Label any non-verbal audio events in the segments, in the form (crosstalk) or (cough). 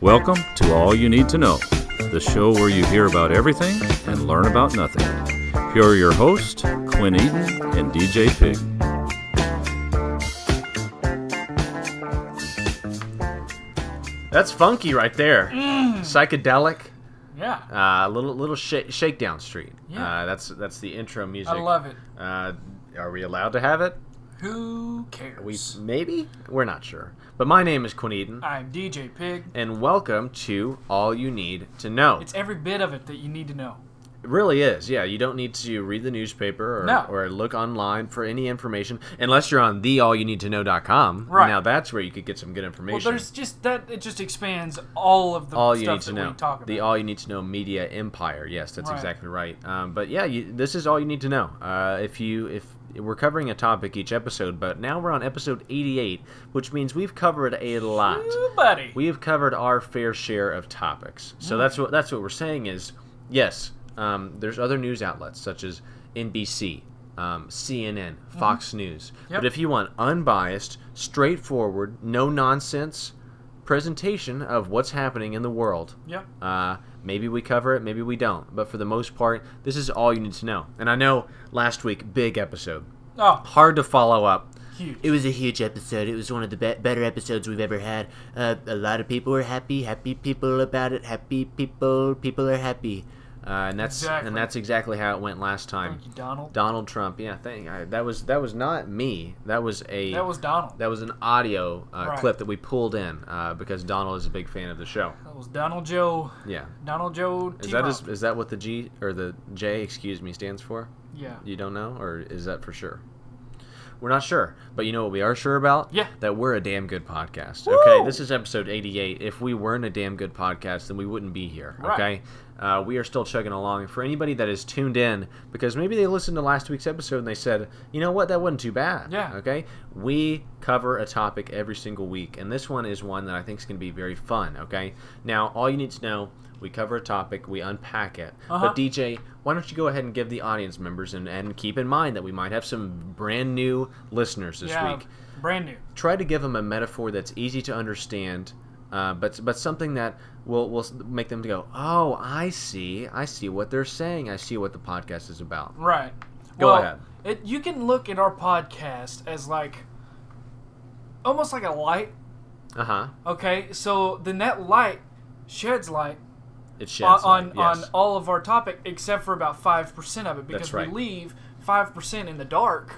Welcome to All You Need to Know, the show where you hear about everything and learn about nothing. Here are your hosts, Quinn Eaton and DJ Pig. That's funky right there. Mm. Psychedelic. Yeah, Uh, little little sh- shakedown street. Yeah. Uh, that's that's the intro music. I love it. Uh, are we allowed to have it? Who We cares? maybe we're not sure. But my name is Quinn Eden, I'm DJ Pig. and welcome to All You Need to Know. It's every bit of it that you need to know. It really is. Yeah, you don't need to read the newspaper or, No. or look online for any information unless you're on theallyouneedtoknow.com. Right. Now that's where you could get some good Well, information. there's just that it just expands all of the all stuff you need to that know. we talk about. The all you need to know media empire. Yes, that's Right. exactly right. Um, but yeah, you, this is all you need to know. Uh, if you if we're covering a topic each episode, but now we're on episode 88, which means we've covered a lot. Ooh, buddy. We have covered our fair share of topics. So that's what that's what we're saying is yes. Um, there's other news outlets such as NBC, um, CNN, Fox News. Yep. But if you want unbiased, straightforward, no nonsense presentation of what's happening in the world, yep. uh, maybe we cover it, maybe we don't. But for the most part, this is all you need to know. And I know last week, big episode, Oh, hard to follow up. huge. It was a huge episode. It was one of the be- better episodes we've ever had. Uh, a lot of people were happy. Happy people about it. Happy people. People are happy. Uh, and that's Exactly. and that's exactly how it went last time. Thank you, Donald. Donald Trump, yeah, thank I, that was that was not me. That was a that was Donald. that was an audio uh, Right. clip that we pulled in uh, because Donald is a big fan of the show. That was Donald Joe. Yeah, Donald Joe. is that Tebow. is, is that what the G or the J excuse me stands for? Yeah. You don't know, or is that for sure? We're not sure, but you know what we are sure about? Yeah. that we're a damn good podcast. Okay, this is episode eighty-eight. If we weren't a damn good podcast, then we wouldn't be here. Right. Okay, uh, we are still chugging along. For anybody that is tuned in, because maybe they listened to last week's episode and they said, you know what, that wasn't too bad. Yeah. Okay, we cover a topic every single week, and this one is one that I think is going to be very fun. Okay, now all you need to know. We cover a topic, we unpack it. Uh-huh. But DJ, why don't you go ahead and give the audience members and, and keep in mind that we might have some brand new listeners this yeah. week. Brand new. Try to give them a metaphor that's easy to understand, uh, but but something that will will s- make them to go, oh, I see, I see what they're saying, I see what the podcast is about. Right. Go well, ahead. It, you can look at our podcast as like almost like a light. Uh huh. Okay, so then that light sheds light It on sheds on, light, yes. on all of our topic except for about five percent of it because right. we leave five percent in the dark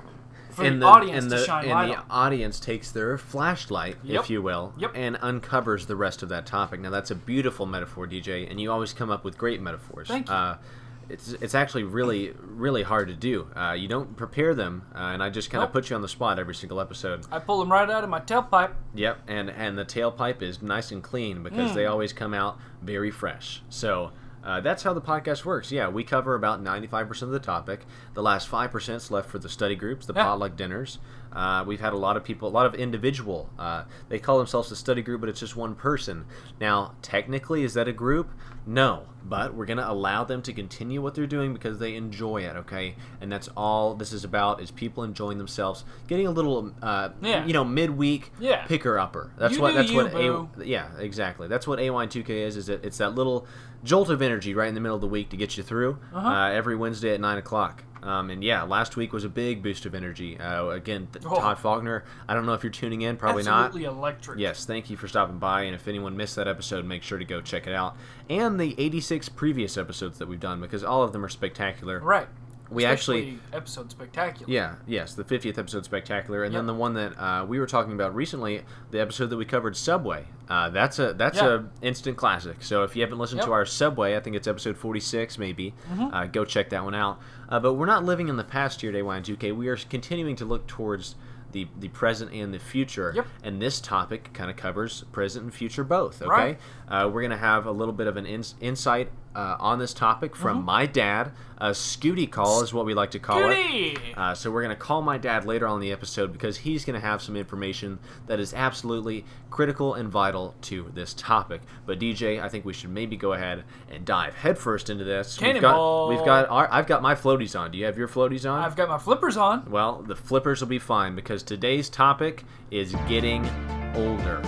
for and the, audience and to the- shine and light the on. audience takes their flashlight, Yep. if you will, Yep. and uncovers the rest of that topic. Now that's a beautiful metaphor, DJ, and you always come up with great metaphors. Thank you. Uh, it's, it's actually really really hard to do. Uh, you don't prepare them, uh, and I just kind of Nope. put you on the spot every single episode. I pull them right out of my tailpipe. Yep, and and the tailpipe is nice and clean because Hmm. they always come out very fresh. So uh, that's how the podcast works. Yeah, we cover about ninety five percent of the topic. The last five percent's left for the study groups, the Yeah. potluck dinners. Uh, we've had a lot of people, a lot of individual. Uh, they call themselves the study group, but it's just one person. Now, technically, is that a group? No, but we're gonna allow them to continue what they're doing because they enjoy it. Okay, and that's all this is about is people enjoying themselves, getting a little, uh, Yeah. you know, midweek Yeah. picker upper. That's You what. do That's you, what. boo. A, yeah, exactly. That's what AY2K is. Is that it's that little jolt of energy right in the middle of the week to get you through Uh-huh. uh, every Wednesday at nine o'clock. Um, and yeah, last week was a big boost of energy. Uh, again, th- Oh. Todd Faulkner. I don't know if you're tuning in. Probably not. Absolutely electric. Yes, thank you for stopping by. And if anyone missed that episode, make sure to go check it out. And the 86 previous episodes that we've done, because all of them are spectacular. Right. We actually Especially episode spectacular. yeah, yes, the 50th episode spectacular, and then Yep. the one that uh, we were talking about recently, the episode that we covered Subway. Uh, that's a that's Yeah. a instant classic. So if you haven't listened to Yep. Mm-hmm. our Subway, I think it's episode 46 maybe. Uh, go check that one out. Uh, but we're not living in the past here at AY2K. We are continuing to look towards the, the present and the future, Yep. and this topic kind of covers present and future both. Okay, Right. uh, we're gonna have a little bit of an ins insight uh, on this topic from Mm-hmm. my dad. A Scooty call is what we like to call it. Goody! Uh, so we're going to call my dad later on in the episode because he's going to have some information that is absolutely critical and vital to this topic. But DJ, I think we should maybe go ahead and dive headfirst into this. We've got, Cannonball. we've got our, I've got my floaties on. Do you have your floaties on? I've got my flippers on. well, the flippers will be fine because today's topic is getting older.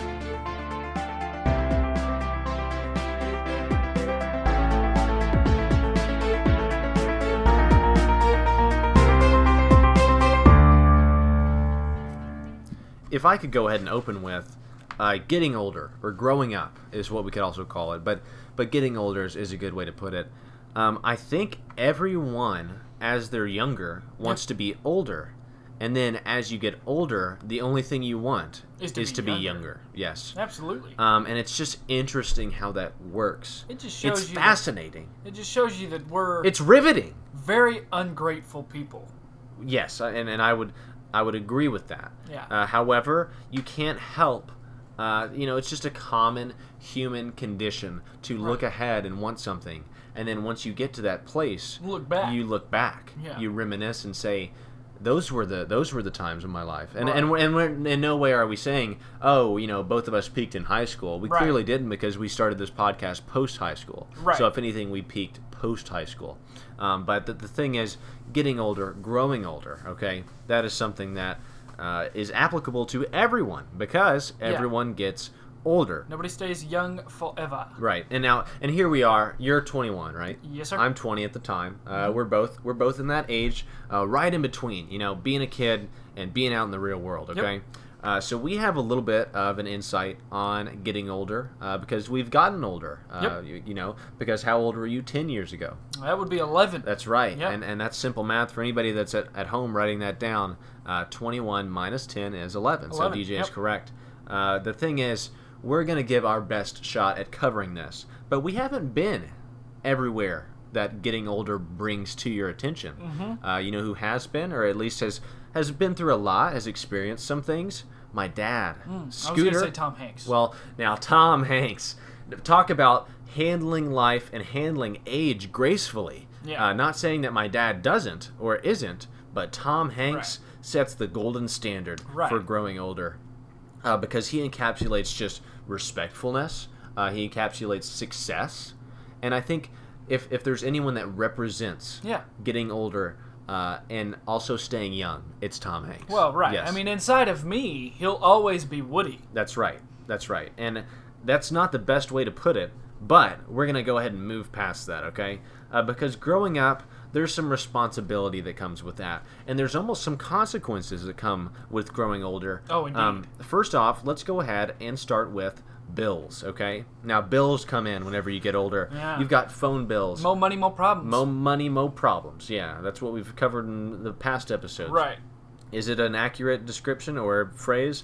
if I could go ahead and open with uh, getting older or growing up is what we could also call it, but but getting older is, is a good way to put it. Um, I think everyone, as they're younger, wants to be older, and then as you get older, the only thing you want Is to be be younger. younger. Yes. Absolutely. Um, and it's just interesting how that works. It just shows It's you. fascinating. That, it just shows you that we're It's riveting. very ungrateful people. Yes, I- and, and I would I would agree with that. Yeah. Uh, however, you can't help. Uh, you know, it's just a common human condition to look ahead and want something, and then once you get to that place, Look back. You look back. Yeah. You reminisce and say, "Those were the those were the times in my life." And Right. and we're, and we're, in no way are we saying, "Oh, you know, both of us peaked in high school." We Right. clearly didn't because we started this podcast post high school. Right. So if anything, we peaked post high school. Um, but the, the thing is, getting older, growing older, okay, that is something that uh, is applicable to everyone because everyone gets older. Nobody stays young forever. Right. And now, and here we are. You're 21, right? Yes, sir. Mm-hmm. I'm 20 at the time. Uh, we're both we're both in that age, uh, right in between. You know, being a kid and being out in the real world. Okay. Uh, so we have a little bit of an insight on getting older uh, because we've gotten older. Uh, Yep. you, you know, because how old were you 10 years ago? That would be eleven. That's right. Yep. And and that's simple math for anybody that's at, at home writing that down. Uh, 21 minus 10 is 11. So 11, DJ is yep. correct. Uh, the thing is, we're going to give our best shot at covering this, but we haven't been everywhere that getting older brings to your attention. Mm-hmm. Uh, you know who has been, or at least has has been through a lot, has experienced some things. My dad, Mm, I was Scooter. gonna say Tom Hanks. Well, now Tom Hanks, talk about handling life and handling age gracefully. Yeah. Uh, not saying that my dad doesn't or isn't, but Tom Hanks sets the golden standard Right. for growing older uh, because he encapsulates just respectfulness. Uh, he encapsulates success, and I think if if there's anyone that represents Yeah. getting older. Uh, and also staying young. It's Tom Hanks. Well, right. Yes. I mean, inside of me, he'll always be Woody. That's right. That's right. And that's not the best way to put it, but we're going to go ahead and move past that, okay? Uh, because growing up, there's some responsibility that comes with that, and there's almost some consequences that come with growing older. Um, Oh, indeed. first off, let's go ahead and start with bills, okay? Now, bills come in whenever you get older. Yeah. You've got phone bills. Mo money, mo problems. Mo money, mo problems. Yeah, that's what we've covered in the past episodes. right. Is it an accurate description or phrase?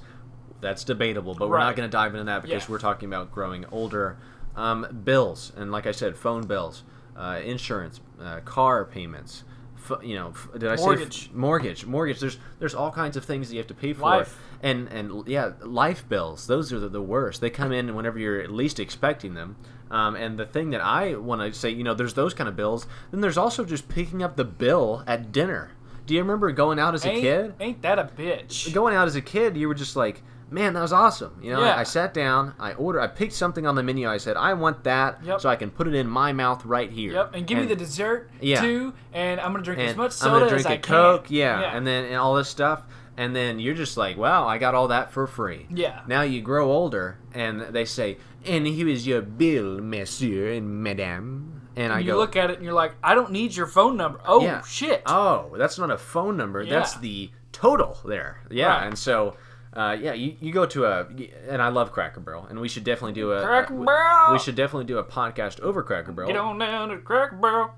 That's debatable, but we're Right. not going to dive into that because Yeah. we're talking about growing older. Um, bills, and like I said, phone bills, uh, insurance, uh, car payments. F- you know, f- did I say Mortgage. f- mortgage? Mortgage. There's there's all kinds of things that you have to pay for, Life. and and yeah, life bills. Those are the, the worst. They come in whenever you're least expecting them. Um, and the thing that I want to say, you know, there's those kind of bills. Then there's also just picking up the bill at dinner. Do you remember going out as a ain't, kid? ain't that a bitch? going out as a kid, you were just like, man, that was awesome. You know, Yeah. I, I sat down, I ordered, I picked something on the menu. I said, I want that, Yep. so I can put it in my mouth right here. Yep. And give me the dessert Yeah. too, and I'm gonna drink as and much I'm soda gonna drink as I a Coke, can. yeah, yeah. and then and all this stuff, and then you're just like, wow, I got all that for free. Yeah. Now you grow older, and they say, and here is your bill, Monsieur and Madame, and I you go, look at it and you're like, I don't need your phone number. Oh Yeah. shit. Oh, that's not a phone number. That's Yeah. the total there. Yeah, Right. and so. Uh, yeah, you, you go to a and I love Cracker Barrel, and we should definitely do a Cracker we- Barrel! We should definitely do a podcast over Cracker Barrel. Get on down to Cracker Barrel.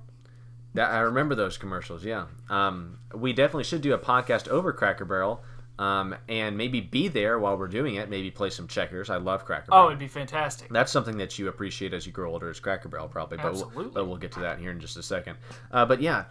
That, I remember those commercials. Yeah, um, we definitely should do a podcast over Cracker Barrel, um, and maybe be there while we're doing it. Maybe play some checkers. I love Cracker Barrel. Oh, it'd be fantastic. That's something that you appreciate as you grow older is Cracker Barrel, probably. But We'll, Absolutely. but we'll get to that here in just a second. Uh, but yeah,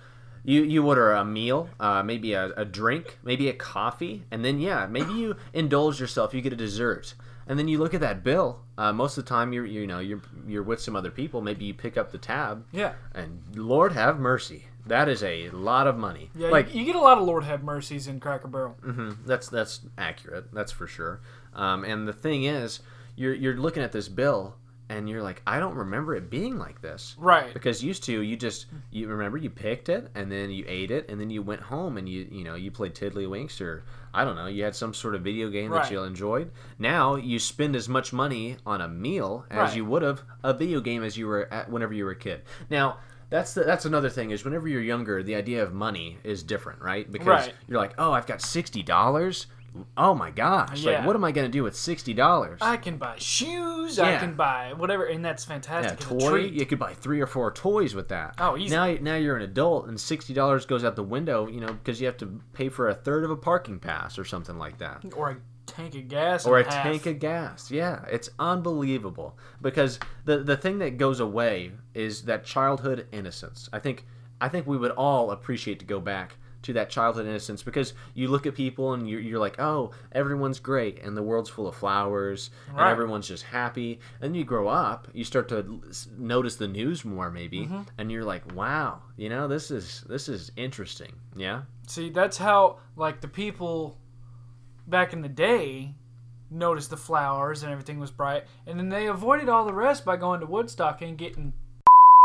you you order a meal, uh, maybe a, a drink, maybe a coffee, and then yeah, maybe you indulge yourself. You get a dessert, and then you look at that bill. Uh, most of the time, you're you know you're you're with some other people. Maybe you pick up the tab. Yeah. And Lord have mercy, that is a lot of money. Yeah, like you, you get a lot of Lord have mercies in Cracker Barrel. Mhm. That's that's accurate. That's for sure. Um, and the thing is, you're you're looking at this bill and you're like, I don't remember it being like this. Right. Because used to, you just you remember you picked it and then you ate it and then you went home and you you know you played Tiddlywinks or I don't know you had some sort of video game Right. that you enjoyed. Now you spend as much money on a meal as Right. you would have a video game as you were at whenever you were a kid. Now. That's, the, that's another thing is whenever you're younger the idea of money is different right because Right. you're like, oh, I've got sixty dollars. oh my gosh, Yeah. like what am I going to do with sixty dollars? I can buy shoes. I Yeah. can buy whatever, and that's fantastic. Yeah, It's a toy. treat. You could buy three or four toys with that. Oh, easy. Now, now you're an adult, and sixty dollars goes out the window. You know, because you have to pay for a third of a parking pass or something like that, or a tank of gas, or a and half. tank of gas. Yeah, it's unbelievable. Because the the thing that goes away is that childhood innocence. I think I think we would all appreciate to go back to that childhood innocence because you look at people and you're, you're like, oh, everyone's great and the world's full of flowers and Right. everyone everyone's just happy. And you grow up, you start to l- s- notice the news more, maybe, and you're like, "Wow, you know, this is this is interesting." Yeah, See, that's how like the people back in the day noticed the flowers and everything was bright, and then they avoided all the rest by going to Woodstock and getting (laughs)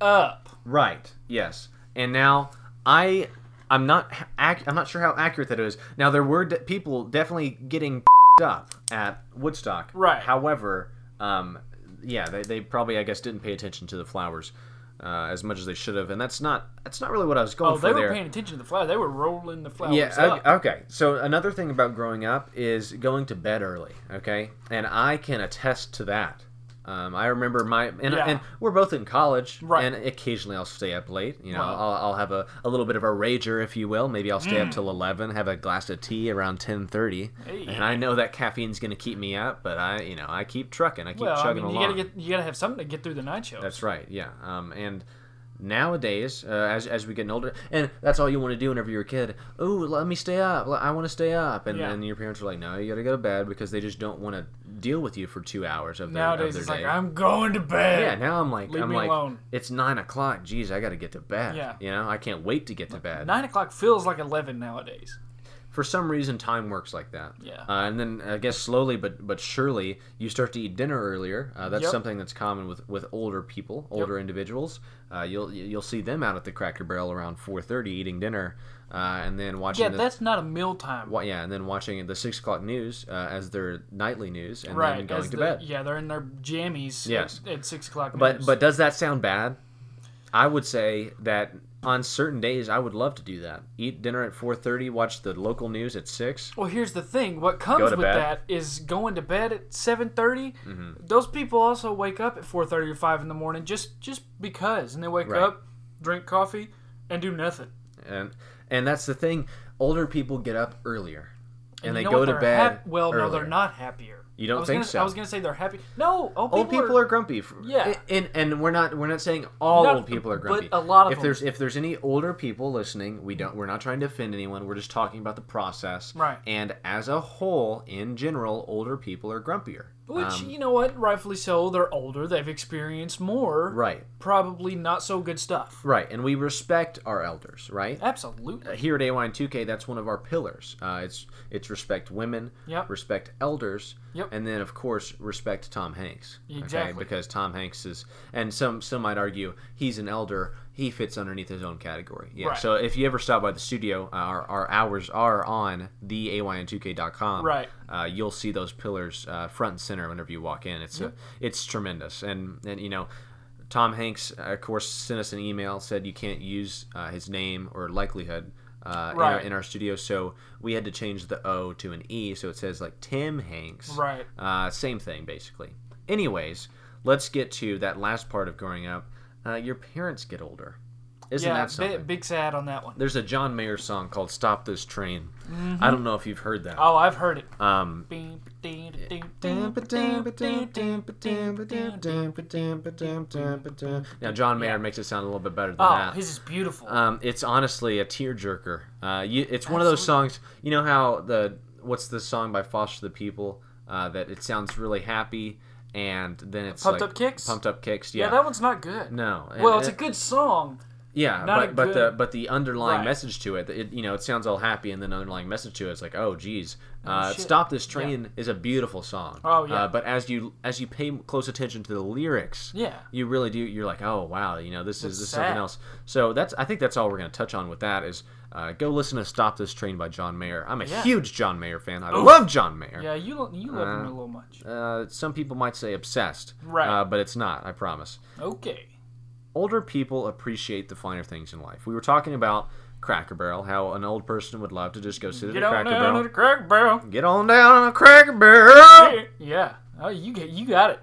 up. right. Yes. And now I, I'm not, h- ac- I'm not sure how accurate that is. Now there were de- people definitely getting (laughs) up at Woodstock, Right. However, um, yeah, they, they probably, I guess, didn't pay attention to the flowers. Uh, as much as they should have, and that's not that's not really what I was going Oh, for they were there. paying attention to the flowers. They were rolling the flowers Yeah. up. o- Okay. So another thing about growing up is going to bed early. Okay, and I can attest to that. Um, I remember my and, Yeah. and we're both in college, Right. And occasionally I'll stay up late. You know, Right. I'll, I'll have a, a little bit of a rager, if you will. Maybe I'll stay up till eleven, have a glass of tea around ten thirty, Mm. Hey. and I know that caffeine's going to keep me up, but I, you know, I keep trucking, I keep well, I chugging mean, you along. gotta get you gotta have something to get through the night show. That's right. Yeah. Um, and nowadays, uh, as as we get older, and that's all you want to do whenever you're a kid. Ooh, let me stay up. L- I want to stay up. And Yeah. then your parents are like, no, you gotta go to bed because they just don't want to deal with you for two hours of their, Nowadays, of it's their like day. I'm going to bed. yeah, now I'm like, Leave I'm me like, alone. it's nine o'clock. Geez, I gotta get to bed. Yeah. You know, I can't wait to get to bed. Nine o'clock feels like eleven nowadays. for some reason time works like that Yeah. uh, and then i guess slowly but but surely you start to eat dinner earlier uh, that's Yep. something that's common with with older people older individuals uh, you'll you'll see them out at the cracker barrel around 4.30 eating dinner uh, and then watching Yeah, the, that's not a mealtime. wa- yeah and then watching the six o'clock news uh, as their nightly news and Right. then going as to the- bed Yeah, they're in their jammies. Yes. At, at six o'clock. but news. but does that sound bad i would say that on certain days i would love to do that eat dinner at 4.30 watch the local news at 6 Well, here's the thing. What Go comes to with bed. Mm-hmm. that is going to bed at 7:30. Those people also wake up at 4:30 or 5 in the morning just just because, and they wake Right. up, drink coffee, and do nothing. and and that's the thing older people get up earlier and, You they know go what? to They're bed hap- well, no, earlier. they're not happier. You don't I was think gonna, so? I was gonna say they're happy. No, old, old people are, grumpy f- Yeah. and and we're not we're not saying all Not- old people are but grumpy a lot of if them. there's if there's any older people listening we don't we're not trying to offend anyone we're just talking about the process Right. and as a whole in general older people are grumpier which Um, you know what, rightfully so. They're older. They've experienced more. right Probably not so good stuff. right and we respect our elders right Absolutely. here at AY and 2K, that's one of our pillars. Uh, it's it's respect women, Yep. respect elders, Yep. and then of course respect Tom Hanks. okay? Exactly. because Tom Hanks is, and some some might argue he's an elder. He fits underneath his own category. Yeah. Right. So if you ever stop by the studio, uh, our, our hours are on the AYN2K.com. Right. Uh, you'll see those pillars uh, front and center whenever you walk in. It's a, it's tremendous, and and you know. Tom Hanks, uh, of course, sent us an email said you can't use uh, his name or likelihood uh, in, our, Right. in our studio, so we had to change the O to an E, so it says like Tim Hanks. Right. Uh, same thing basically. Anyways, let's get to that last part of growing up. Uh, your parents get older, isn't yeah. that bi- something? big sad on that one. There's a John Mayer song called "Stop This Train." I don't know if you've heard that. Mm-hmm. Oh, I've heard it. Um, now John Mayer makes it sound a little bit better than Oh, that. his is beautiful. Um, it's honestly a tearjerker. Uh, you, it's one of those songs. You know how the what's the song by Foster the People uh, that it sounds really happy, and then it's Pumped like- Up Kicks? Pumped up kicks. Yeah. yeah, that one's not good. no. Well, it's a It- good song. yeah, not but a but the good- but the underlying Right. message to it, it, you know, it sounds all happy, and then the underlying message to it is like, oh, geez, uh, shit. stop this train is a beautiful song. Oh, yeah. Uh, but as you as you pay close attention to the lyrics, Yeah. you really do. You're like, oh wow, you know, this is That's this is something sad. else. So that's I think that's all we're gonna touch on with that is. Uh, go listen to "Stop This Train" by John Mayer. I'm a Yeah. huge John Mayer fan. I love John Mayer. Yeah, you lo- you love him a little much. Uh, some people might say obsessed, Right. Uh, but it's not. I promise. Okay. older people appreciate the finer things in life. We were talking about Cracker Barrel, how an old person would love to just go sit Get at a on Cracker down Barrel. to the crack barrel. Get on down to Cracker Barrel. Yeah. Oh, you get you got it.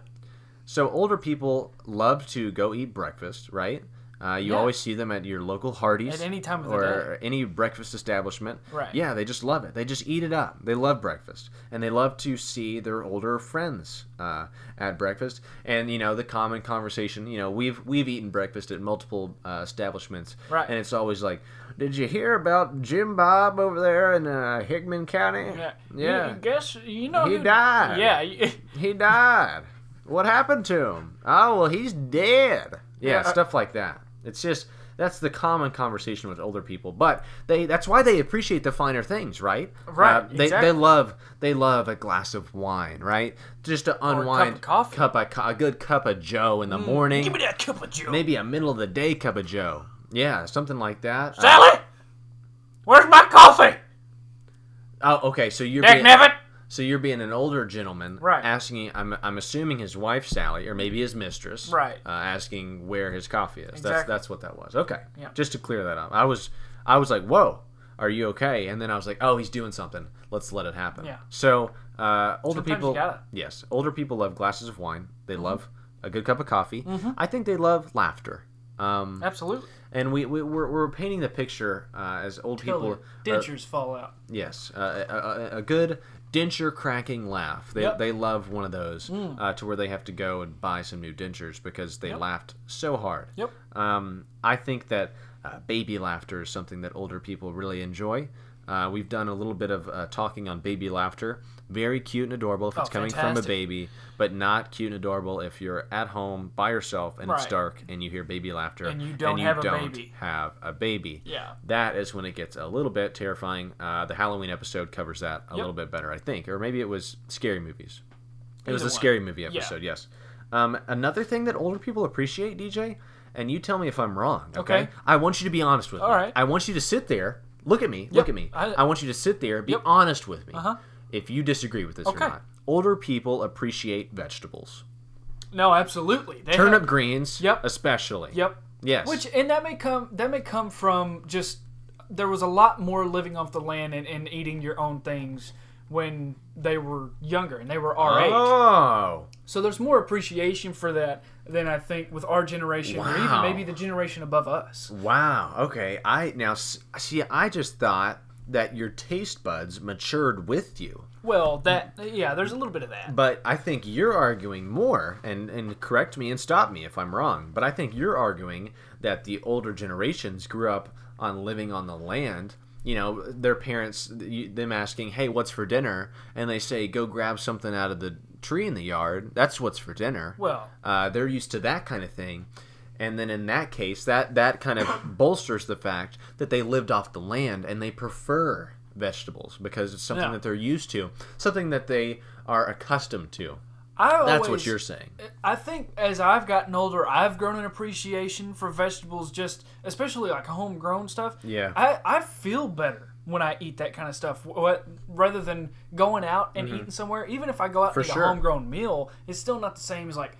So older people love to go eat breakfast, right? Uh, you Yeah. always see them at your local Hardee's At any time of the or any breakfast establishment. Right. Yeah, they just love it. They just eat it up. They love breakfast, and they love to see their older friends uh, at breakfast. And you know the common conversation. You know we've we've eaten breakfast at multiple uh, establishments, Right. And it's always like, "Did you hear about Jim Bob over there in uh, Hickman County? Yeah. yeah. You, guess you know He who- died. Yeah. (laughs) you- He died. What happened to him? Oh, well, he's dead. Yeah, Yeah. uh, stuff like that. It's just that's the common conversation with older people, but they that's why they appreciate the finer things, right? Uh, Right, they they exactly. love they love a glass of wine, right? Just to of unwind. coffee. Mm, Cup of co- a good cup of Joe in the Give morning. me that cup of Joe. Maybe a middle of the day cup of Joe. Yeah, something like that. Uh, Sally, where's my coffee? oh, okay. So you're Dick being, Nevitt. so you're being an older gentleman, Right. Asking, I'm, I'm assuming his wife Sally, or maybe his mistress, Right. Uh, asking where his coffee is. That's Exactly. that's what that was. Okay, Yeah. Just to clear that up, I was I was like, whoa, are you okay? And then I was like, oh, he's doing something. Let's let it happen. Yeah. So uh, older Sometimes you people, gotta. Mm-hmm. yes, older people love glasses of wine. They love a good cup of coffee. I think they love laughter. Um, Absolutely. and we, we we're, we're painting the picture uh, as old people Till the are- dentures fall out. Yes, uh, a, a, a good denture cracking laugh. They, Yep. Hmm. they love one of those uh, to where they have to go and buy some new dentures because they laughed so hard. Yep. Um, I think that uh, baby laughter is something that older people really enjoy. Uh, we've done a little bit of uh, talking on baby laughter. Very cute and adorable if it's Oh, coming from a fantastic. baby, but not cute and adorable if you're at home by yourself and it's Right. dark and you hear baby laughter And you don't have a baby. have a baby. Yeah. That is when it gets a little bit terrifying. Uh, the Halloween episode covers that a Yep. little bit better, I think. Or maybe it was scary movies. It was Either a one. scary movie episode, yes. Um, another thing that older people appreciate, DJ, and you tell me if I'm wrong, okay? Okay. I want you to be honest with All me. right. I want you to sit there, look at me, look at me. I, I- want you to sit there, be Yep. honest with me Uh-huh. if you disagree with this Okay. or not. Older people appreciate vegetables. No, absolutely. They have- Turnip greens, Yep. especially. Yep. Yes. Which and that may come that may come from just there was a lot more living off the land and, and eating your own things when they were younger and they were our age. Oh. So there's more appreciation for that than I think with our generation or even Wow. maybe the generation above us. Wow. Okay. I now s- see. I just thought that your taste buds matured with you, Well, that yeah, there's a little bit of that. but I think you're arguing more. And and correct me and stop me if I'm wrong. But I think you're arguing that the older generations grew up on living on the land. You know, their parents, you- them asking, "Hey, what's for dinner?" and they say, "Go grab something out of the tree in the yard." That's what's for dinner. Well, Uh, they're used to that kind of thing. And then in that case, that that kind of bolsters the fact that they lived off the land and they prefer vegetables because it's something Yeah. that they're used to, something that they are accustomed to. I That's always, what you're saying. I think as I've gotten older, I've grown an appreciation for vegetables, just especially like homegrown stuff. Yeah. I, I feel better when I eat that kind of stuff. What rather than going out and eating somewhere, even if I go out Mm-hmm. For and eat sure. a homegrown meal, it's still not the same as like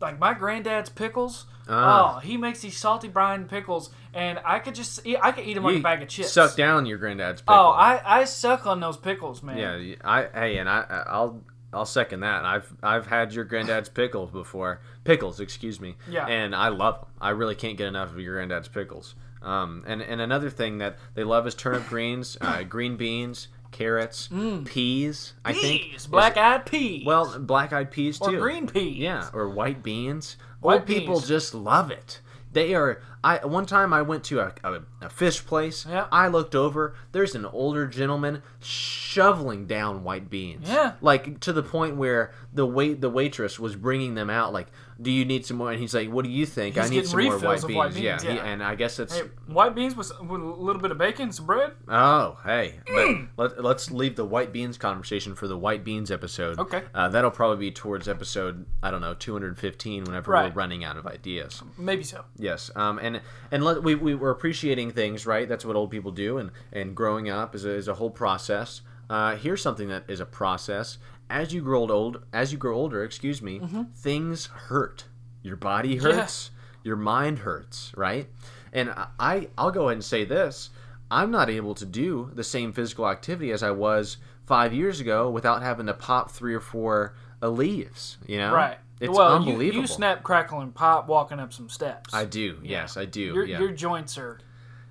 like my granddad's pickles. Ah. Oh, he makes these salty brine pickles, and I could just eat, I could eat them like a bag of chips. Suck down your granddad's pickle. Oh, I, I suck on those pickles, man. yeah. you- I hey, and I I- I'll I'll second that. I've I've had your granddad's pickles before. Pickles, excuse me. Yeah. And I love them. I really can't get enough of your granddad's pickles. Um, and and another thing that they love is turnip greens, uh, green beans, carrots, peas. I think Mm. Peas, black-eyed peas. well, black-eyed peas or too. green peas. Yeah, or white beans. White Old people beans. just love it. They are. I one time I went to a, a, a fish place. Yeah. I looked over. There's an older gentleman shoveling down white beans. Yeah. Like to the point where the wait the waitress was bringing them out. Like, do you need some more? And he's like, What do you think? I He's need getting some more refills white of beans. white yeah. beans, he- yeah. and I guess it's. Hey, white beans with, with a little bit of bacon, some bread. Oh, hey. Hmm. But let, let's leave the white beans conversation for the white beans episode. Okay. Uh, that'll probably be towards episode, I don't know, 215 whenever Right. we're running out of ideas. Maybe so. Yes. Um, and and let, we, we were appreciating things, right? That's what old people do. And, and growing up is a, is a whole process. Uh, here's something that is a process. As you Mm-hmm. grow old, as you grow older, excuse me, things hurt. Your body hurts. your mind hurts, right? And I- I, I'll go ahead and say this I'm not able to do the same physical activity as I was five years ago without having to pop three or four uh, leaves, you know? Right. It's well, you- unbelievable. You, snap, crackle, and pop walking up some steps. I do. Yes, I do. Your, yeah. your joints are.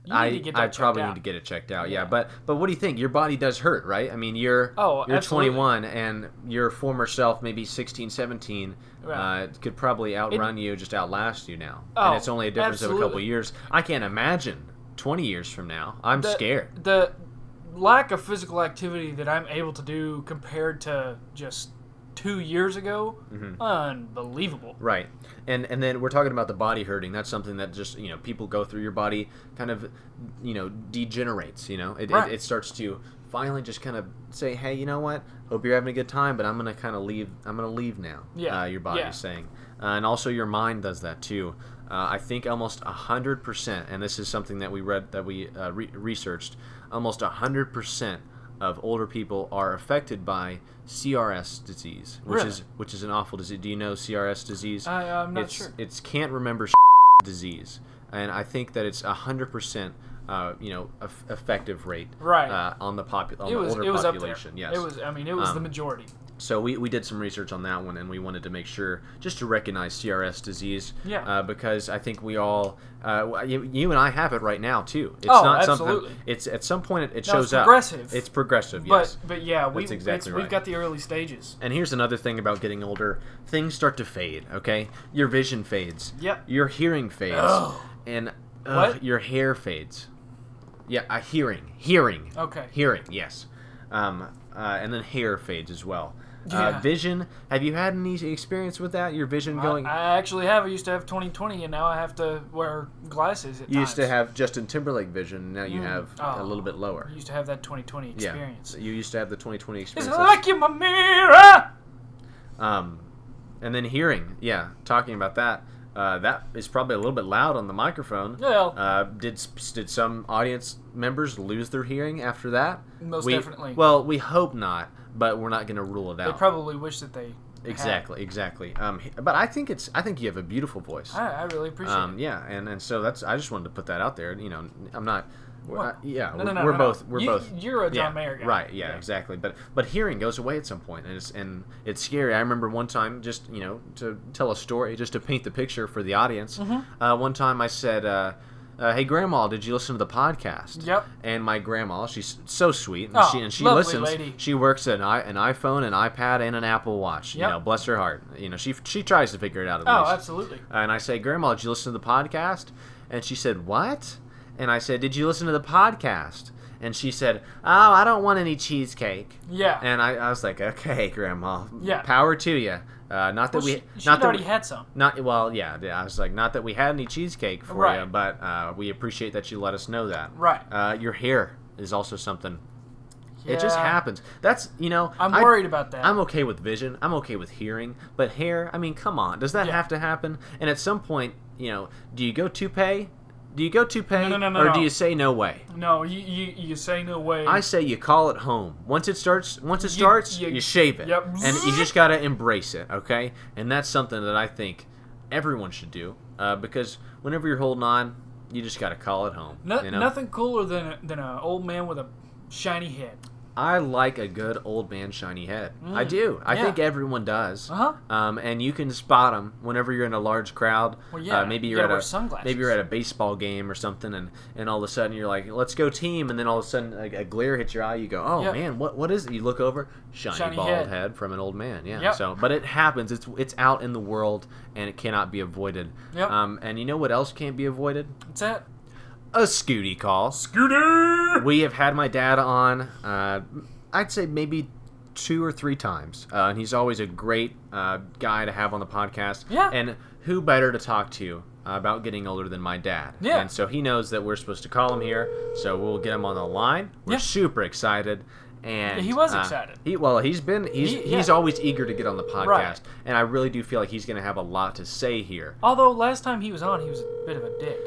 You I, need to get that I checked probably out. need to get it checked out. Yeah, but but what do you think? Your body does hurt, right? I mean, you're Oh, you're absolutely. 21 and your former self, maybe 16, 17, Right. uh, could probably outrun you, just outlast you now. Oh, and it's only a difference of a couple absolutely. years. I can't imagine 20 years from now. I'm the- scared. The lack of physical activity that I'm able to do compared to just two years ago, Mm-hmm. unbelievable. Right. And and then we're talking about the body hurting. That's something that just, you know, people go through your body kind of, you know, degenerates, you know. It, Right. it, it starts to finally just kind of say, "Hey, you know what? Hope you're having a good time, but I'm going to kind of leave I'm going to leave now." Yeah. Uh, your body's Yeah. saying. Uh, and also your mind does that too. Uh, I think almost 100% and this is something that we read that we uh, re- researched, almost 100% of older people are affected by CRS disease, which Really? is which is an awful disease. Do you know CRS disease? I, uh, I'm not it's, sure. It's can't remember (laughs) disease, and I think that it's hundred percent, uh, you know, eff- effective rate Right. uh, on the popu- on It the was older it was population. up there. Yes, It was. I mean, it was the Um, majority. so we, we did some research on that one, and we wanted to make sure just to recognize CRS disease. Yeah. Uh, because I think we all, uh, you, you and I have it right now too. It's Oh, not absolutely. something. It's at some point it, it No, shows it's up. progressive. It's progressive. Yes. But but yeah, we That's exactly it's- right. we've got the early stages. And here's another thing about getting older: things start to fade. Okay, your vision fades. Yep. Your hearing fades. Ugh. And ugh, What? your hair fades. Yeah, a hearing, hearing. Okay. Hearing, yes. Um, uh, and then hair fades as well. Uh, Yeah. vision. Have you had any experience with that? Your vision going. I, I actually have. I used to have 20/20, and now I have to wear glasses. At you used to times. have Justin Timberlake vision. Now you have a Oh. little bit lower. I used to have that 20/20 Yeah. experience. You used to have the 2020 It's experience. That's- like in my mirror. Um, and then hearing, yeah, talking about that, uh, that is probably a little bit loud on the microphone. Well. uh, did s- did some audience members lose their hearing after that? Most We- definitely. Well, we hope not, but we're not going to rule it They out. probably wish that they had. exactly, exactly. Um, he- but I think it's I think you have a beautiful voice. I, I really appreciate Um, it. yeah, and, and so that's I just wanted to put that out there. You know, I'm not. we're- Well, uh, yeah, no, we're, no, no, we're no, no. both we're You- both you're a John yeah, Mayer guy. Right. Yeah, Yeah. Exactly. But but hearing goes away at some point, and it's and it's scary. I remember one time, just you know, to tell a story, just to paint the picture for the audience. Mm-hmm. Uh, one time, I said. Uh, uh, hey grandma, did you listen to the podcast? Yep. And my grandma, she's so sweet, and Oh, she and she lovely listens. lady. She works an i an iPhone, an iPad, and an Apple Watch. Yep. You know, bless her heart. You know, she she tries to figure it out at Oh, least. absolutely. And I say, Grandma, did you listen to the podcast? And she said, What? And I said, Did you listen to the podcast? And she said, Oh, I don't want any cheesecake. Yeah. And I, I was like, Okay, Grandma. Yeah. Power to you. Uh, not that Well, we. she, she'd not that already we, had some. Not well, yeah. yeah, I was like, not that we had any cheesecake for Right. you, but uh, we appreciate that you let us know that. Right. Uh, your hair is also something. It just Yeah. happens. That's you know. I'm I- worried about that. I'm okay with vision. I'm okay with hearing, but hair. I mean, come on. Does that Yeah. have to happen? And at some point, you know, do you go toupee? Do you go toupee, No, no, no, no, or no. do you say no way? no, you, you you say no way. I say you call it home. Once it starts, once it starts, you, you- shave it, yep. and you just gotta embrace it, okay? And that's something that I think everyone should do, uh, because whenever you're holding on, you just gotta call it home. No, you know? Nothing cooler than a, than an old man with a shiny head. I like a good old man shiny head. I do. I Mm. yeah. think everyone does. Uh-huh. Um, and you can spot them whenever you're in a large crowd. Well, yeah, Uh, maybe you you're gotta at wear a sunglasses. maybe you're at a baseball game or something, and, and all of a sudden you're like, "Let's go team!" And then all of a sudden a, a glare hits your eye. You go, "Oh Yep. man, what what is it?" You look over, shiny, Shiny bald head. head. from an old man. Yeah. Yep. So, but it happens. It's it's out in the world, and it cannot be avoided. Yep. Um, and you know what else can't be avoided? That's it. A scooty call (laughs) Scooter. we have had my dad on uh, i'd say maybe two or three times uh, and he's always a great uh, guy to have on the podcast Yeah. and who better to talk to uh, about getting older than my dad Yeah. and so he knows that we're supposed to call him here so we'll get him on the line we're Yeah. super excited and He was uh, excited. he, well he's been he's He- yeah. he's always eager to get on the podcast Right. and i really do feel like he's gonna have a lot to say here Although last time he was on, he was a bit of a dick.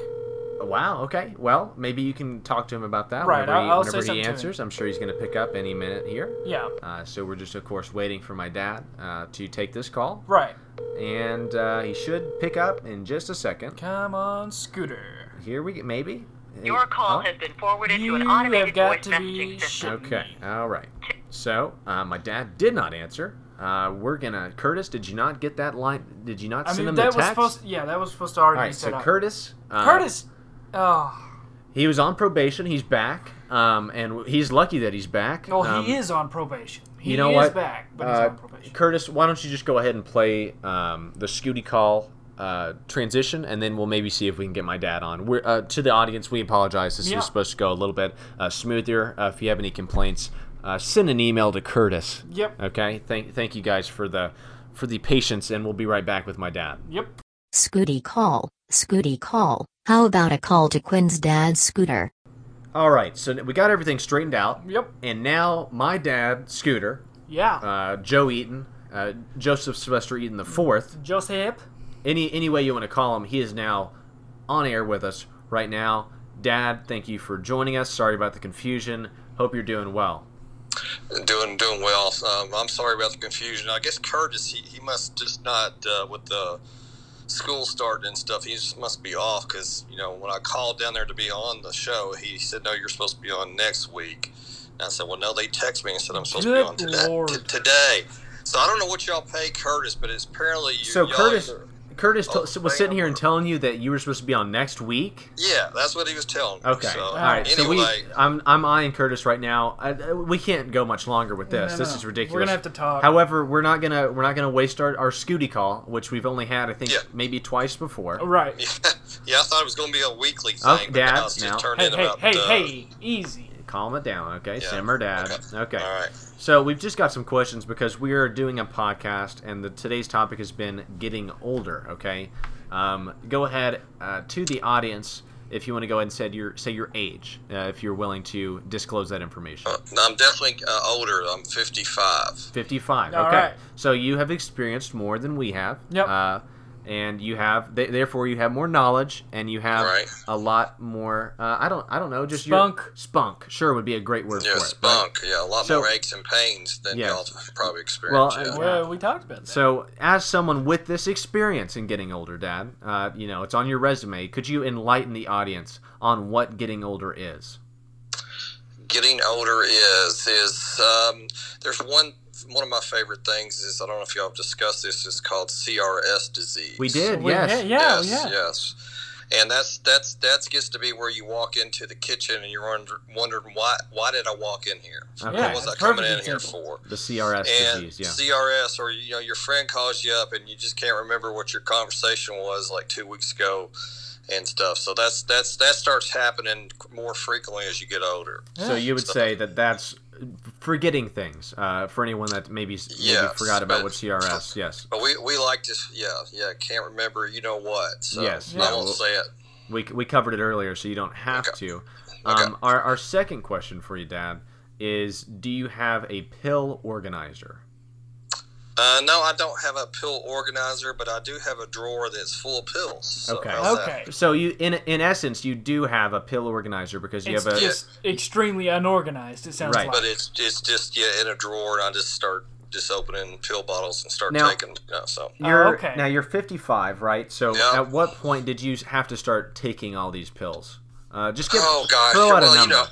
Wow. Okay. Well, maybe you can talk to him about that Right, whenever I'll- he, I'll say whenever something he to him. answers. I'm sure he's going to pick up any minute here. Yeah. Uh, so we're just, of course, waiting for my dad uh, to take this call, Right. and uh, he should pick up in just a second. Come on, Scooter. Here we go. Maybe. Your call Oh, has been forwarded to You an have automated got voice to be messaging system. shitting Okay. me. All right. So uh, my dad did not answer. Uh, we're gonna Curtis. Did you not get that line? Did you not I send mean, him that the was text? supposed. yeah, that was supposed to already All be right. set So up. Curtis. Uh, Curtis. Oh, He was on probation. He's back. Um, and w- he's lucky that he's back. well, Um, he is on probation. He you know is what? back, but Uh, he's on probation. Curtis, why don't you just go ahead and play um, the Scooty Call uh, transition, and then we'll maybe see if we can get my dad on. We're uh, to the audience. We apologize. This Yeah. was supposed to go a little bit uh, smoother. Uh, if you have any complaints, uh, send an email to Curtis. Yep. Okay. Thank thank you guys for the for the patience, and we'll be right back with my dad. Yep. Scooty call, Scooty call. How about a call to Quinn's dad's scooter? All right. So we got everything straightened out. Yep. And now my dad, Scooter, Yeah. uh, Joe Eaton, uh, Joseph Sylvester Eaton the fourth. Joseph. Any any way you want to call him, he is now on air with us right now. Dad, thank you for joining us. Sorry about the confusion. Hope you're doing well. Doing doing well. Um, I'm sorry about the confusion. I guess Curtis he, he must just not uh, with the school starting and stuff. He just must be off because you know when I called down there to be on the show, he said no, you're supposed to be on next week. And I said well no, they text me and said I'm supposed Good to be on today. Lord. t- today. So I don't know what y'all pay Curtis, but it's apparently you. So y'all Curtis, either- Curtis Oh, t- was sitting here and damn. telling you that you were supposed to be on next week. yeah, that's what he was telling me. Okay. So, uh, All right. So we, anyway. (laughs) I'm, I'm eyeing Curtis right now. I, I- we can't go much longer with this. No, this no. is ridiculous. We're gonna have to talk. However, we're not gonna, we're not gonna waste our, our Scooty call, which we've only had, I think, Yeah. maybe twice before. Right. yeah, I thought it was going to be a weekly thing. Oh, but Dad, now it's just now. turned Hey, into hey, about, hey, uh, hey, easy. Calm it down, okay? Yeah. Simmer, Dad. Okay. All right. So we've just got some questions because we are doing a podcast, and the, today's topic has been getting older. Okay, um, go ahead uh, to the audience if you want to go ahead and say your say your age, uh, if you're willing to disclose that information. Uh, no, I'm definitely uh, older. I'm 55. 55. All okay. right. So you have experienced more than we have. Yep. Uh, and you have, th- therefore, you have more knowledge, and you have Right. a lot more. Uh, I don't, I don't know, just Spunk. Your, spunk, sure, would be a great word Yeah, for it. right? spunk. Yeah, a lot So- more aches and pains than Yeah. y'all probably Well, experienced. yeah. uh, Well, we talked about that. So, as someone with this experience in getting older, Dad, uh, you know, it's on your resume. Could you enlighten the audience on what getting older is? Getting older is is um, there's one one of my favorite things is I don't know if y'all have discussed this. It's called CRS disease. We did, We- yes. yeah, yeah, oh, yes, yeah. yes. And that's that's that's gets to be where you walk into the kitchen and you're wonder- wondering why why did I walk in here? Okay. Yeah, what was I that's coming in perfect here example. for? The CRS and disease, yeah. CRS, or you know, your friend calls you up and you just can't remember what your conversation was like two weeks ago, and stuff. So that's that's that starts happening more frequently as you get older. So, you would say that that's forgetting things uh, for anyone that maybe, maybe Yes, forgot about but- what CRS, yes. But we, we like to yeah yeah can't remember you know what. So Yes, I yeah. won't say it. We, we covered it earlier, so you don't have Okay. to. Okay. Um, our, our second question for you, Dad, is do you have a pill organizer? Uh, no, I don't have a pill organizer, but I do have a drawer that's full of pills. So Okay. how's that? okay. So you, in in essence, you do have a pill organizer because you It's have a just extremely unorganized. It sounds Right. like. But it's it's just yeah in a drawer, and I just start just opening pill bottles and start Now- taking. You know, so You're, okay. Now you're 55, right? So Yeah. at what point did you have to start taking all these pills? Uh, just give, Oh gosh! throw out well, a you number. know,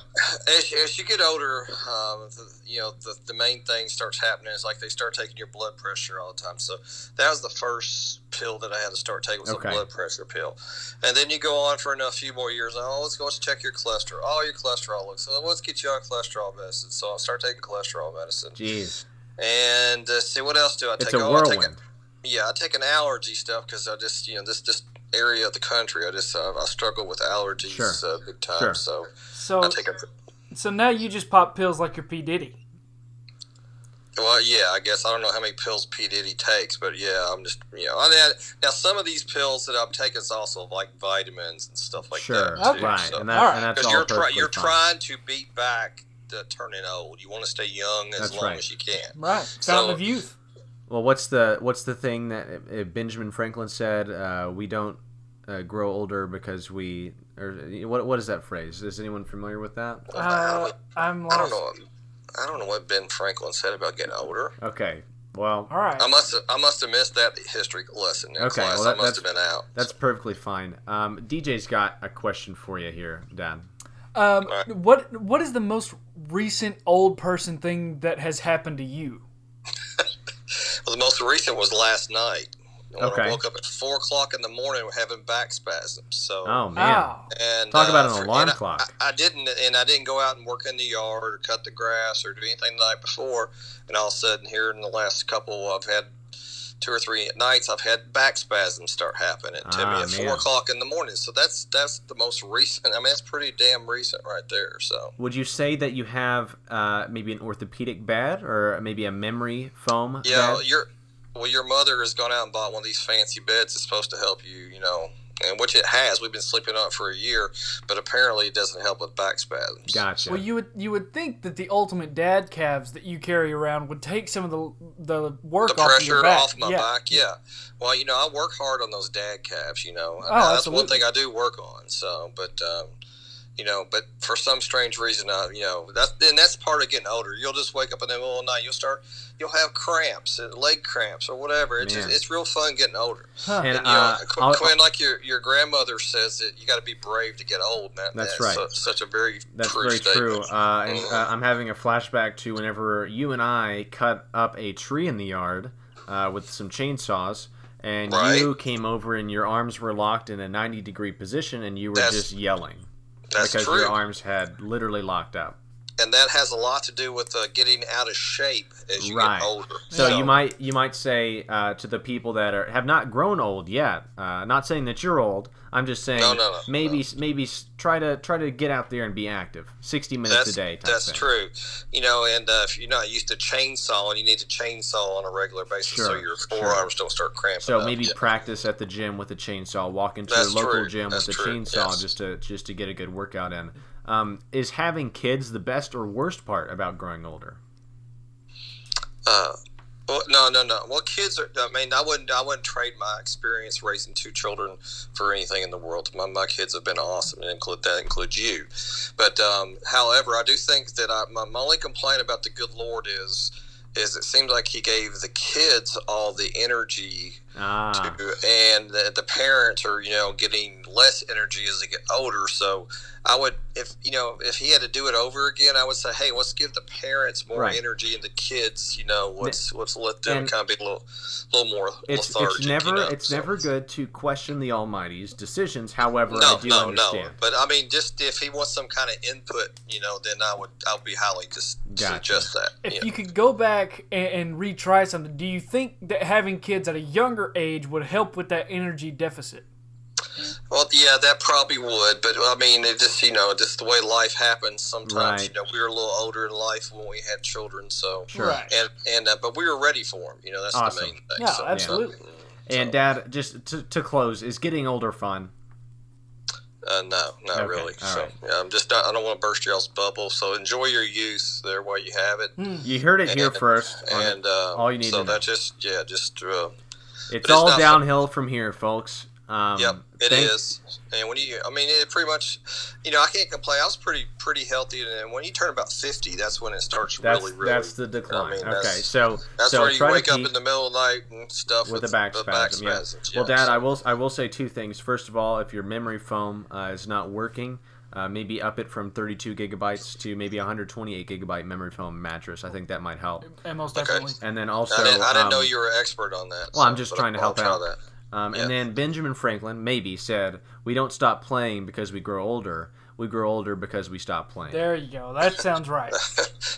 as, as you get older, um, the, you know the, the main thing starts happening is like they start taking your blood pressure all the time. So that was the first pill that I had to start taking was Okay. a blood pressure pill, and then you go on for another few more years. Oh, let's go let's check your cholesterol. Oh, your cholesterol looks. So let's get you on cholesterol medicine. So I start taking cholesterol medicine, Jeez, and uh, see what else do I take? it's a oh, I take whirlwind. yeah, I take an allergy stuff because I just you know this this area of the country I just uh, I struggle with allergies Sure. uh, big time. Sure. So so, I take a so now you just pop pills like your P Diddy. Well, yeah, I guess I don't know how many pills P Diddy takes, but yeah, I'm just you know. I mean, now some of these pills that I'm taking is also like vitamins and stuff like sure, that. Okay. too, right? so- And, that, All right. and that's 'Cause all you're try, perfectly you're fine. trying to beat back the turning old. You want to stay young as That's long right. as you can. Right. Fountain So- of youth. Well, what's the what's the thing that uh, Benjamin Franklin said? Uh, we don't uh, grow older because we or what what is that phrase? Is anyone familiar with that? Uh, I'm I don't lost. know. I don't know what Ben Franklin said about getting older. Okay. Well, All right. I must I must have missed that history lesson in Okay, class. well, that- I must have that's- been out. that's perfectly fine. Um, DJ's got a question for you here, Dan. Um, what what is the most recent old person thing that has happened to you? Well, the most recent was last night. When Okay. I woke up at four o'clock in the morning having back spasms. So Oh man. Wow. and Talk about an for- and alarm I- clock. I, I didn't, and I didn't go out and work in the yard or cut the grass or do anything the night before. And all of a sudden, here in the last couple, I've had two or three nights, I've had back spasms start happening to Ah, me at man. four o'clock in the morning. So that's that's the most recent. I mean, that's pretty damn recent right there. So Would you say that you have uh, maybe an orthopedic bad or maybe a memory foam? yeah, bad? your well, your mother has gone out and bought one of these fancy beds that's supposed to help you, you know. And which it has. We've been sleeping on it for a year, but apparently it doesn't help with back spasms. Gotcha. Well, you would you would think that the ultimate dad calves that you carry around would take some of the the work off the of pressure your back. off my yeah. back. Yeah. Well, you know, I work hard on those dad calves. You know, Oh, that's one absolutely. thing I do work on. So, but um, you know, but for some strange reason, I, you know, that's and that's part of getting older. You'll just wake up in the middle of the night. You'll start. You'll have cramps, uh, leg cramps, or whatever. It's Man. just, it's real fun getting older. and You know, uh, Qu- I'll- Quinn, like your your grandmother says, that you got to be brave to get old. Man, That's right. such a very That's true very true. statement. Uh, and uh, I'm having a flashback to whenever you and I cut up a tree in the yard uh, with some chainsaws, and Right. you came over and your arms were locked in a 90 degree position, and you were That's- just yelling That's because true. your arms had literally locked up. and that has a lot to do with uh, getting out of shape as you Right. get older. So, you might you might say uh, to the people that are have not grown old yet. Uh, not saying that you're old. I'm just saying No, no, no, maybe maybe s- try to try to get out there and be active. 60 minutes that's, a day. Type that's thing. true. You know, and uh, if you're not used to chainsawing, you need to chainsaw on a regular basis so Sure, your sure. forearms don't start cramping. So up. maybe Uh, Yeah. practice at the gym with a chainsaw. Walk into That's a local true. gym That's with a true. chainsaw Yes. just to just to get a good workout in. Um, is having kids the best or worst part about growing older? Uh, well, no, no, no. Well, kids are. I mean, I wouldn't. I wouldn't trade my experience raising two children for anything in the world. My, my kids have been awesome, and include that includes you. But um, however, I do think that I, my, my only complaint about the good Lord is, is it seems like He gave the kids all the energy Ah, to, and the, the parents are you know getting less energy as they get older so i would if you know if he had to do it over again i would say hey let's give the parents more Right. energy and the kids you know let's let's let them and- kind of be a little little more it's lethargic, it's you never know, it's so. never good to question the Almighty's decisions. However, no I do no no understand. but i mean just if he wants some kind of input you know then i would i would be highly just Gotcha. suggest that If yeah. you could go back and, and retry something, do you think that having kids at a younger age would help with that energy deficit? Well, yeah, that probably would, but I mean, it just you know, just the way life happens. Sometimes Right. you know, we were a little older in life when we had children, so Sure. Right. and and uh, but we were ready for them. You know, that's Awesome. the main No, thing. so, absolutely. and Dad, just to, to close, is getting older fun? Uh, no, not Okay, really. all so, right. yeah, I'm just not, I don't want to burst y'all's bubble. So enjoy your youth there while you have it. You heard it here And- first. on- And uh, all you need so to know. that just yeah, just uh, it's it's all not- downhill from here, folks. Um, Yep, it is, thank- And when you, I mean, it pretty much, you know, I can't complain. I was pretty, pretty healthy. And when you turn about fifty, that's when it starts That's really, really. that's the decline. I mean, okay, that's- so That's so where you try to wake up peak- in the middle of the night and stuff with a back the spasm. back yeah. spasms, Well, yeah. Dad, I will I will say two things. First of all, if your memory foam uh, is not working, uh, maybe up it from 32 gigabytes to maybe 128 gigabyte memory foam mattress. I think that might help. And most Okay. definitely. And then also, I didn't, I didn't um, know you were an expert on that. Well, I'm so- just but trying to I'll help try out. That. (laughs) Um, Yeah. And then Benjamin Franklin maybe said, "We don't stop playing because we grow older. We grow older because we stop playing." There you go. That sounds (laughs) right.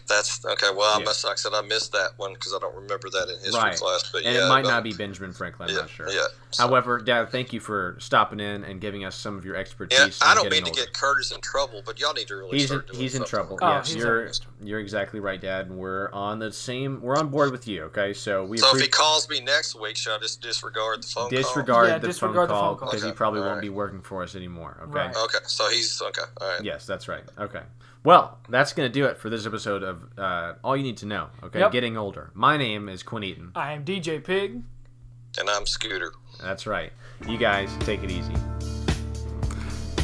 That's okay. Well, I Yeah. must. Like I said I missed that one because I don't remember that in history right. class. But and yeah, it might but- not be Benjamin Franklin. I'm Yeah, not sure. yeah. However, Dad, thank you for stopping in and giving us some of your expertise. Yeah, I on don't getting mean to older. get Curtis in trouble, but y'all need to really he's in, start doing he's in something. trouble. Oh, yes, he's you're in- you're exactly right, Dad. And we're on the same. We're on board with you. Okay, so we So if appre- he calls me next week, should I just disregard the phone call? disregard, Yeah, the, disregard the phone phone call call. because he Okay, probably won't alright. be working for us anymore. Okay. Right. Okay, so he's okay. All right. Yes, that's right. Okay. Well, that's gonna do it for this episode of uh, All You Need to Know. Okay, Yep. getting older. My name is Quinn Eaton. I am DJ Pig. And I'm Scooter. That's right. You guys take it easy.